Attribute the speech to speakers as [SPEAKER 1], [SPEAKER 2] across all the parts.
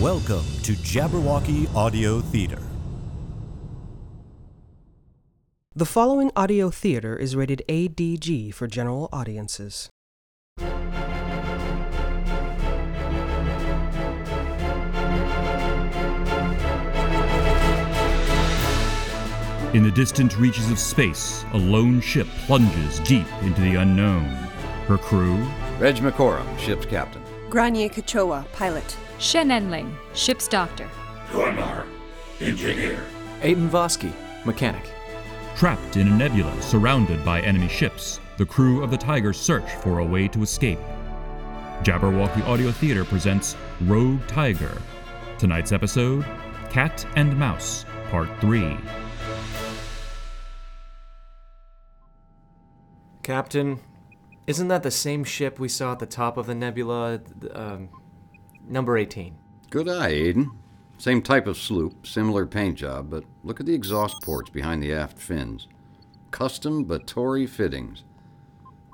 [SPEAKER 1] Welcome to Jabberwocky Audio Theater.
[SPEAKER 2] The following audio theater is rated ADG for general audiences.
[SPEAKER 3] In the distant reaches of space, a lone ship plunges deep into the unknown. Her crew,
[SPEAKER 4] Reg McCorum, ship's captain.
[SPEAKER 5] Granye Kachowa, pilot.
[SPEAKER 6] Shen Enling, ship's doctor.
[SPEAKER 7] Gunnar, engineer.
[SPEAKER 8] Aiden Vosky, mechanic.
[SPEAKER 3] trapped in a nebula surrounded by enemy ships, the crew of the Tiger search for a way to escape. Jabberwocky Audio Theater presents Rogue Tiger. Tonight's episode Cat and Mouse, Part 3.
[SPEAKER 8] Captain, isn't that the same ship we saw at the top of the nebula? th- Um, number 18.
[SPEAKER 4] Good eye, Aiden. Same type of sloop, similar paint job, but look at the exhaust ports behind the aft fins. Custom Batory fittings.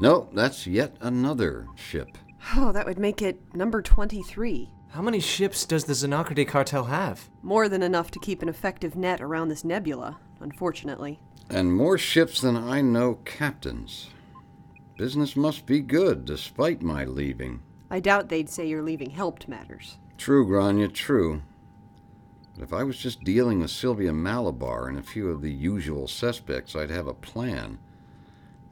[SPEAKER 4] No, that's yet another ship.
[SPEAKER 5] Oh, that would make it number 23.
[SPEAKER 8] How many ships does the Xenocrity cartel have?
[SPEAKER 5] More than enough to keep an effective net around this nebula, unfortunately.
[SPEAKER 4] And more ships than I know captains. Business must be good, despite my leaving.
[SPEAKER 5] I doubt they'd say your leaving helped matters.
[SPEAKER 4] True, Grania, true. But if I was just dealing with Sylvia Malabar and a few of the usual suspects, I'd have a plan.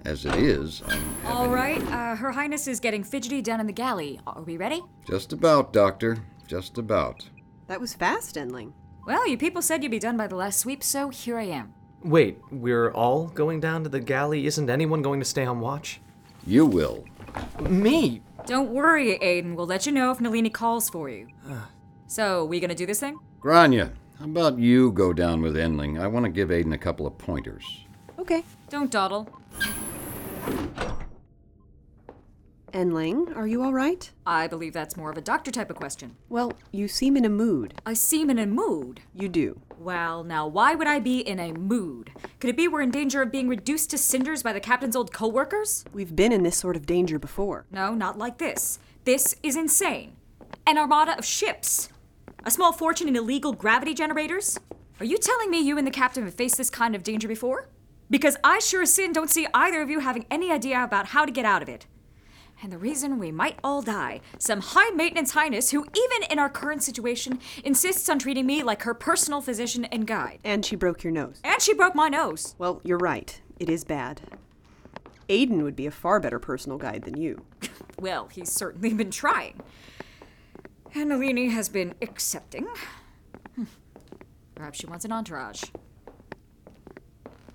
[SPEAKER 4] As it is, I don't have
[SPEAKER 6] All
[SPEAKER 4] any-
[SPEAKER 6] right, uh, Her Highness is getting fidgety down in the galley. Are we ready?
[SPEAKER 4] Just about, Doctor. Just about.
[SPEAKER 5] That was fast, Enling.
[SPEAKER 6] Well, you people said you'd be done by the last sweep, so here I am.
[SPEAKER 8] Wait, we're all going down to the galley? Isn't anyone going to stay on watch?
[SPEAKER 4] You will.
[SPEAKER 8] Me!
[SPEAKER 6] Don't worry, Aiden. We'll let you know if Nalini calls for you. So, we gonna do this thing?
[SPEAKER 4] Grania, how about you go down with Endling? I want to give Aiden a couple of pointers.
[SPEAKER 5] Okay.
[SPEAKER 6] Don't dawdle.
[SPEAKER 5] Enling, are you all right?
[SPEAKER 6] I believe that's more of a doctor type of question.
[SPEAKER 5] Well, you seem in a mood.
[SPEAKER 6] I seem in a mood.
[SPEAKER 5] You do.
[SPEAKER 6] Well, now, why would I be in a mood? Could it be we're in danger of being reduced to cinders by the captain's old co workers?
[SPEAKER 5] We've been in this sort of danger before.
[SPEAKER 6] No, not like this. This is insane. An armada of ships. A small fortune in illegal gravity generators. Are you telling me you and the captain have faced this kind of danger before? Because I sure as sin don't see either of you having any idea about how to get out of it. And the reason we might all die, some high maintenance highness who, even in our current situation, insists on treating me like her personal physician and guide.
[SPEAKER 5] And she broke your nose.
[SPEAKER 6] And she broke my nose.
[SPEAKER 5] Well, you're right. It is bad. Aiden would be a far better personal guide than you.
[SPEAKER 6] Well, he's certainly been trying. And Nalini has been accepting. Hmm. Perhaps she wants an entourage.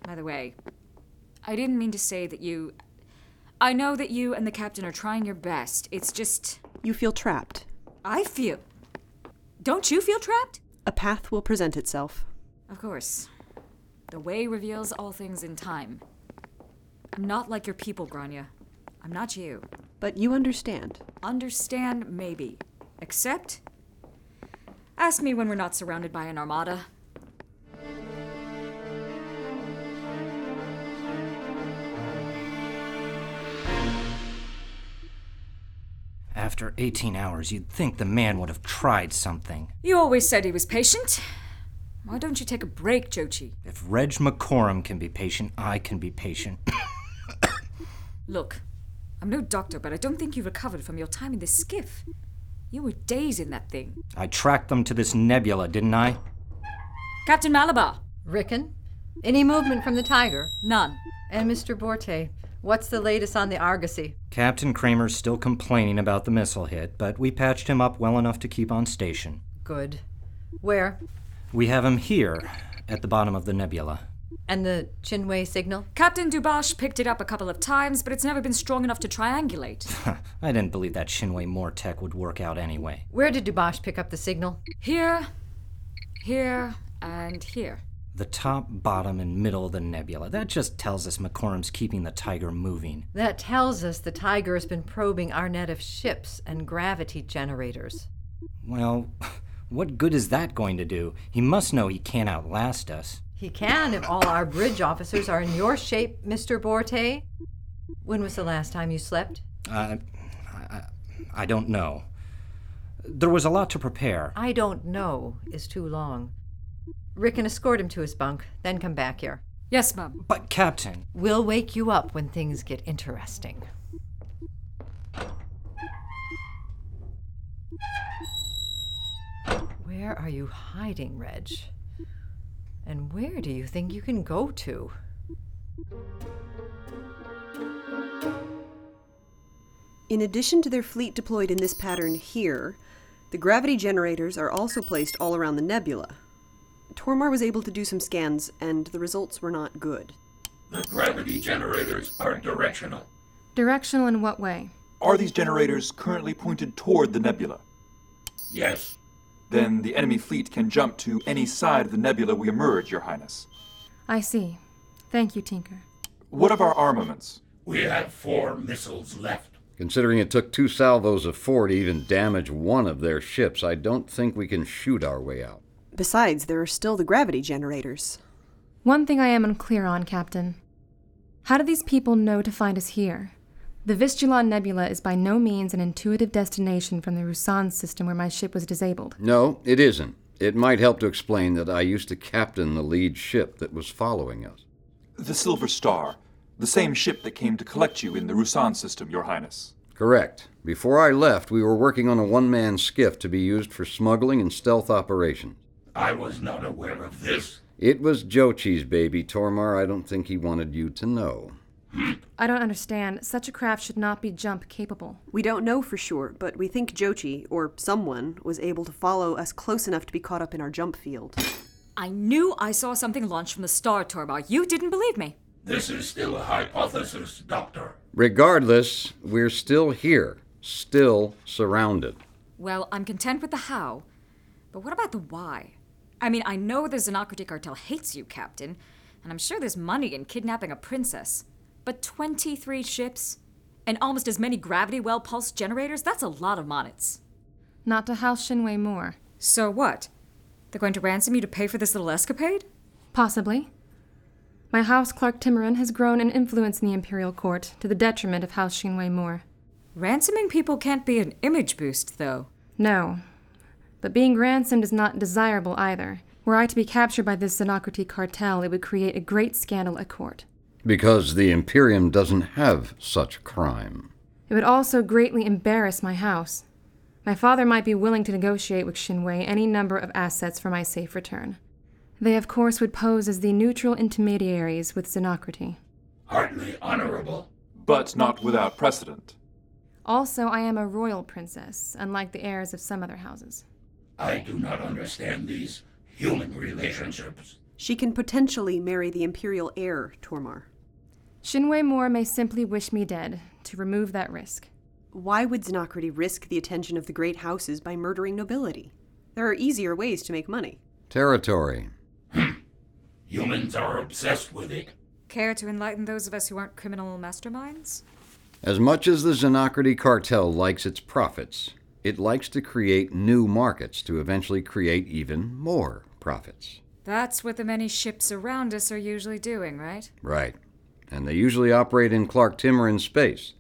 [SPEAKER 6] By the way, I didn't mean to say that you. I know that you and the captain are trying your best. It's just.
[SPEAKER 5] You feel trapped.
[SPEAKER 6] I feel. Don't you feel trapped?
[SPEAKER 5] A path will present itself.
[SPEAKER 6] Of course. The way reveals all things in time. I'm not like your people, Grania. I'm not you.
[SPEAKER 5] But you understand.
[SPEAKER 6] Understand, maybe. Accept? Ask me when we're not surrounded by an armada.
[SPEAKER 9] After 18 hours, you'd think the man would have tried something.
[SPEAKER 6] You always said he was patient. Why don't you take a break, Jochi?
[SPEAKER 9] If Reg McCorum can be patient, I can be patient.
[SPEAKER 6] Look, I'm no doctor, but I don't think you recovered from your time in the skiff. You were days in that thing.
[SPEAKER 9] I tracked them to this nebula, didn't I?
[SPEAKER 6] Captain Malabar,
[SPEAKER 10] Rickon? Any movement from the Tiger?
[SPEAKER 6] none.
[SPEAKER 10] And Mr. Borte, what's the latest on the Argosy?
[SPEAKER 9] Captain Kramer's still complaining about the missile hit, but we patched him up well enough to keep on station.
[SPEAKER 10] Good. Where?
[SPEAKER 9] We have him here, at the bottom of the nebula.
[SPEAKER 10] And the Chinwei signal?
[SPEAKER 6] Captain Dubash picked it up a couple of times, but it's never been strong enough to triangulate.
[SPEAKER 9] I didn't believe that Shinwei Mortech would work out anyway.
[SPEAKER 10] Where did Dubosh pick up the signal?
[SPEAKER 6] Here, here, and here.
[SPEAKER 9] The top, bottom, and middle of the nebula. That just tells us McCorum's keeping the tiger moving.
[SPEAKER 10] That tells us the Tiger has been probing our net of ships and gravity generators.
[SPEAKER 9] Well, what good is that going to do? He must know he can't outlast us.
[SPEAKER 10] He can if all our bridge officers are in your shape, Mr. Borte. When was the last time you slept?
[SPEAKER 9] I, I, I don't know. There was a lot to prepare.
[SPEAKER 11] I don't know is too long. Rick can escort him to his bunk, then come back here.
[SPEAKER 10] Yes, Mum.
[SPEAKER 9] But, Captain.
[SPEAKER 11] We'll wake you up when things get interesting. Where are you hiding, Reg? And where do you think you can go to?
[SPEAKER 5] In addition to their fleet deployed in this pattern here, the gravity generators are also placed all around the nebula. Tormar was able to do some scans, and the results were not good.
[SPEAKER 12] The gravity generators are directional.
[SPEAKER 6] Directional in what way?
[SPEAKER 3] Are these generators currently pointed toward the nebula?
[SPEAKER 12] Yes.
[SPEAKER 3] Then the enemy fleet can jump to any side of the nebula we emerge, Your Highness.
[SPEAKER 6] I see. Thank you, Tinker.
[SPEAKER 3] What of our armaments?
[SPEAKER 12] We have four missiles left.
[SPEAKER 4] Considering it took two salvos of four to even damage one of their ships, I don't think we can shoot our way out.
[SPEAKER 5] Besides, there are still the gravity generators.
[SPEAKER 6] One thing I am unclear on, Captain. How do these people know to find us here? The Vistulon Nebula is by no means an intuitive destination from the Rusan system where my ship was disabled.
[SPEAKER 4] No, it isn't. It might help to explain that I used to captain the lead ship that was following us.
[SPEAKER 3] The Silver Star, the same ship that came to collect you in the Rusan system, Your Highness.
[SPEAKER 4] Correct. Before I left, we were working on a one man skiff to be used for smuggling and stealth operations.
[SPEAKER 12] I was not aware of this.
[SPEAKER 4] It was Jochi's baby, Tormar. I don't think he wanted you to know.
[SPEAKER 6] I don't understand. Such a craft should not be jump capable.
[SPEAKER 5] We don't know for sure, but we think Jochi, or someone, was able to follow us close enough to be caught up in our jump field.
[SPEAKER 10] I knew I saw something launch from the star, Tormar. You didn't believe me.
[SPEAKER 12] This is still a hypothesis, Doctor.
[SPEAKER 4] Regardless, we're still here, still surrounded.
[SPEAKER 10] Well, I'm content with the how, but what about the why? I mean, I know the Xenocrity cartel hates you, Captain, and I'm sure there's money in kidnapping a princess. But 23 ships? And almost as many gravity well pulse generators? That's a lot of monets.
[SPEAKER 6] Not to House Shinway Moore.
[SPEAKER 10] So what? They're going to ransom you to pay for this little escapade?
[SPEAKER 6] Possibly. My house, Clark Timorin, has grown in influence in the Imperial Court to the detriment of House Shinway Moore.
[SPEAKER 10] Ransoming people can't be an image boost, though.
[SPEAKER 6] No. But being ransomed is not desirable either. Were I to be captured by this Xenocrity cartel, it would create a great scandal at court.
[SPEAKER 4] Because the Imperium doesn't have such crime.
[SPEAKER 6] It would also greatly embarrass my house. My father might be willing to negotiate with Shinwei any number of assets for my safe return. They, of course, would pose as the neutral intermediaries with Xenocrity.
[SPEAKER 12] Hardly honorable.
[SPEAKER 3] But not without precedent.
[SPEAKER 6] Also, I am a royal princess, unlike the heirs of some other houses.
[SPEAKER 12] I do not understand these human relationships.
[SPEAKER 5] She can potentially marry the Imperial heir, Tormar.
[SPEAKER 6] Shinwei Moore may simply wish me dead to remove that risk.
[SPEAKER 5] Why would Xenocrity risk the attention of the great houses by murdering nobility? There are easier ways to make money.
[SPEAKER 4] Territory.
[SPEAKER 12] Humans are obsessed with it.
[SPEAKER 10] Care to enlighten those of us who aren't criminal masterminds?
[SPEAKER 4] As much as the Xenocrity cartel likes its profits, it likes to create new markets to eventually create even more profits.
[SPEAKER 10] That's what the many ships around us are usually doing, right?
[SPEAKER 4] Right. And they usually operate in Clark Timorin space.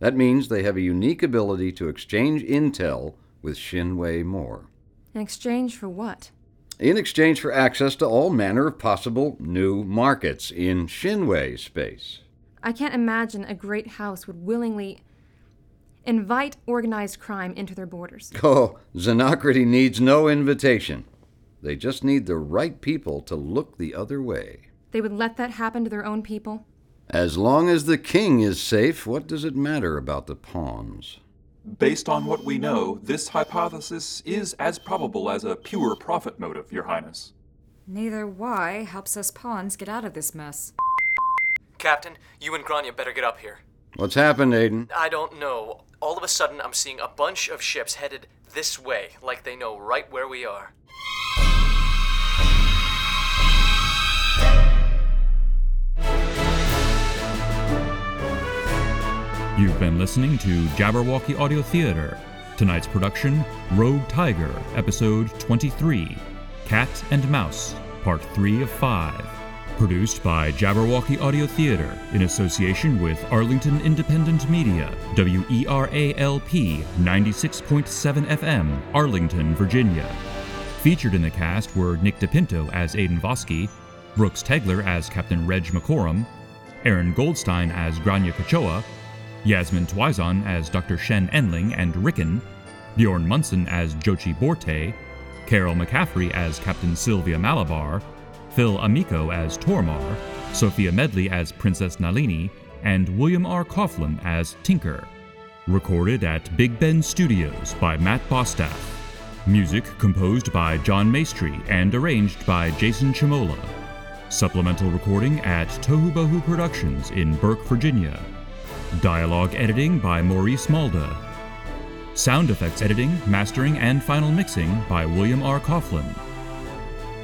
[SPEAKER 4] That means they have a unique ability to exchange intel with Shinwei Moore.
[SPEAKER 6] In exchange for what?
[SPEAKER 4] In exchange for access to all manner of possible new markets in Shinwei space.
[SPEAKER 6] I can't imagine a great house would willingly invite organized crime into their borders.
[SPEAKER 4] Oh, Xenocrity needs no invitation. They just need the right people to look the other way.
[SPEAKER 6] They would let that happen to their own people?
[SPEAKER 4] As long as the king is safe, what does it matter about the pawns?
[SPEAKER 3] Based on what we know, this hypothesis is as probable as a pure profit motive, Your Highness.
[SPEAKER 10] Neither why helps us pawns get out of this mess.
[SPEAKER 13] Captain, you and Grania better get up here.
[SPEAKER 4] What's happened, Aiden?
[SPEAKER 13] I don't know. All of a sudden, I'm seeing a bunch of ships headed this way, like they know right where we are.
[SPEAKER 14] You've been listening to Jabberwocky Audio Theater. Tonight's production Rogue Tiger, Episode 23 Cat and Mouse, Part 3 of 5.
[SPEAKER 3] Produced by Jabberwocky Audio Theater in association with Arlington Independent Media, E WERALP 96.7 FM, Arlington, Virginia. Featured in the cast were Nick DePinto as Aidan Vosky, Brooks Tegler as Captain Reg McCorum, Aaron Goldstein as Grania Kachoa, Yasmin Twizon as Dr. Shen Enling and Rickon, Bjorn Munson as Jochi Borte, Carol McCaffrey as Captain Sylvia Malabar, Phil Amico as Tormar, Sophia Medley as Princess Nalini, and William R. Coughlin as Tinker. Recorded at Big Ben Studios by Matt Bostaff. Music composed by John Maestri and arranged by Jason Chimola. Supplemental recording at Tohubahu Productions in Burke, Virginia. Dialogue editing by Maurice Malda. Sound effects editing, mastering, and final mixing by William R. Coughlin.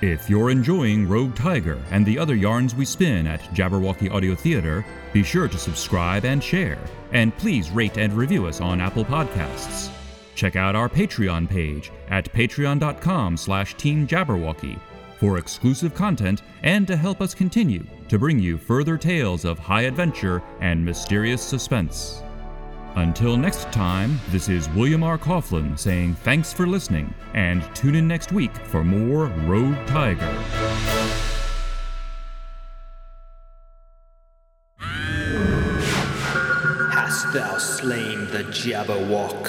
[SPEAKER 3] If you're enjoying Rogue Tiger and the other yarns we spin at Jabberwocky Audio Theater, be sure to subscribe and share, and please rate and review us on Apple Podcasts. Check out our Patreon page at patreon.com slash teamjabberwocky for exclusive content and to help us continue to bring you further tales of high adventure and mysterious suspense. Until next time, this is William R. Coughlin saying thanks for listening and tune in next week for more Road Tiger.
[SPEAKER 15] Hast thou slain the Jabberwock?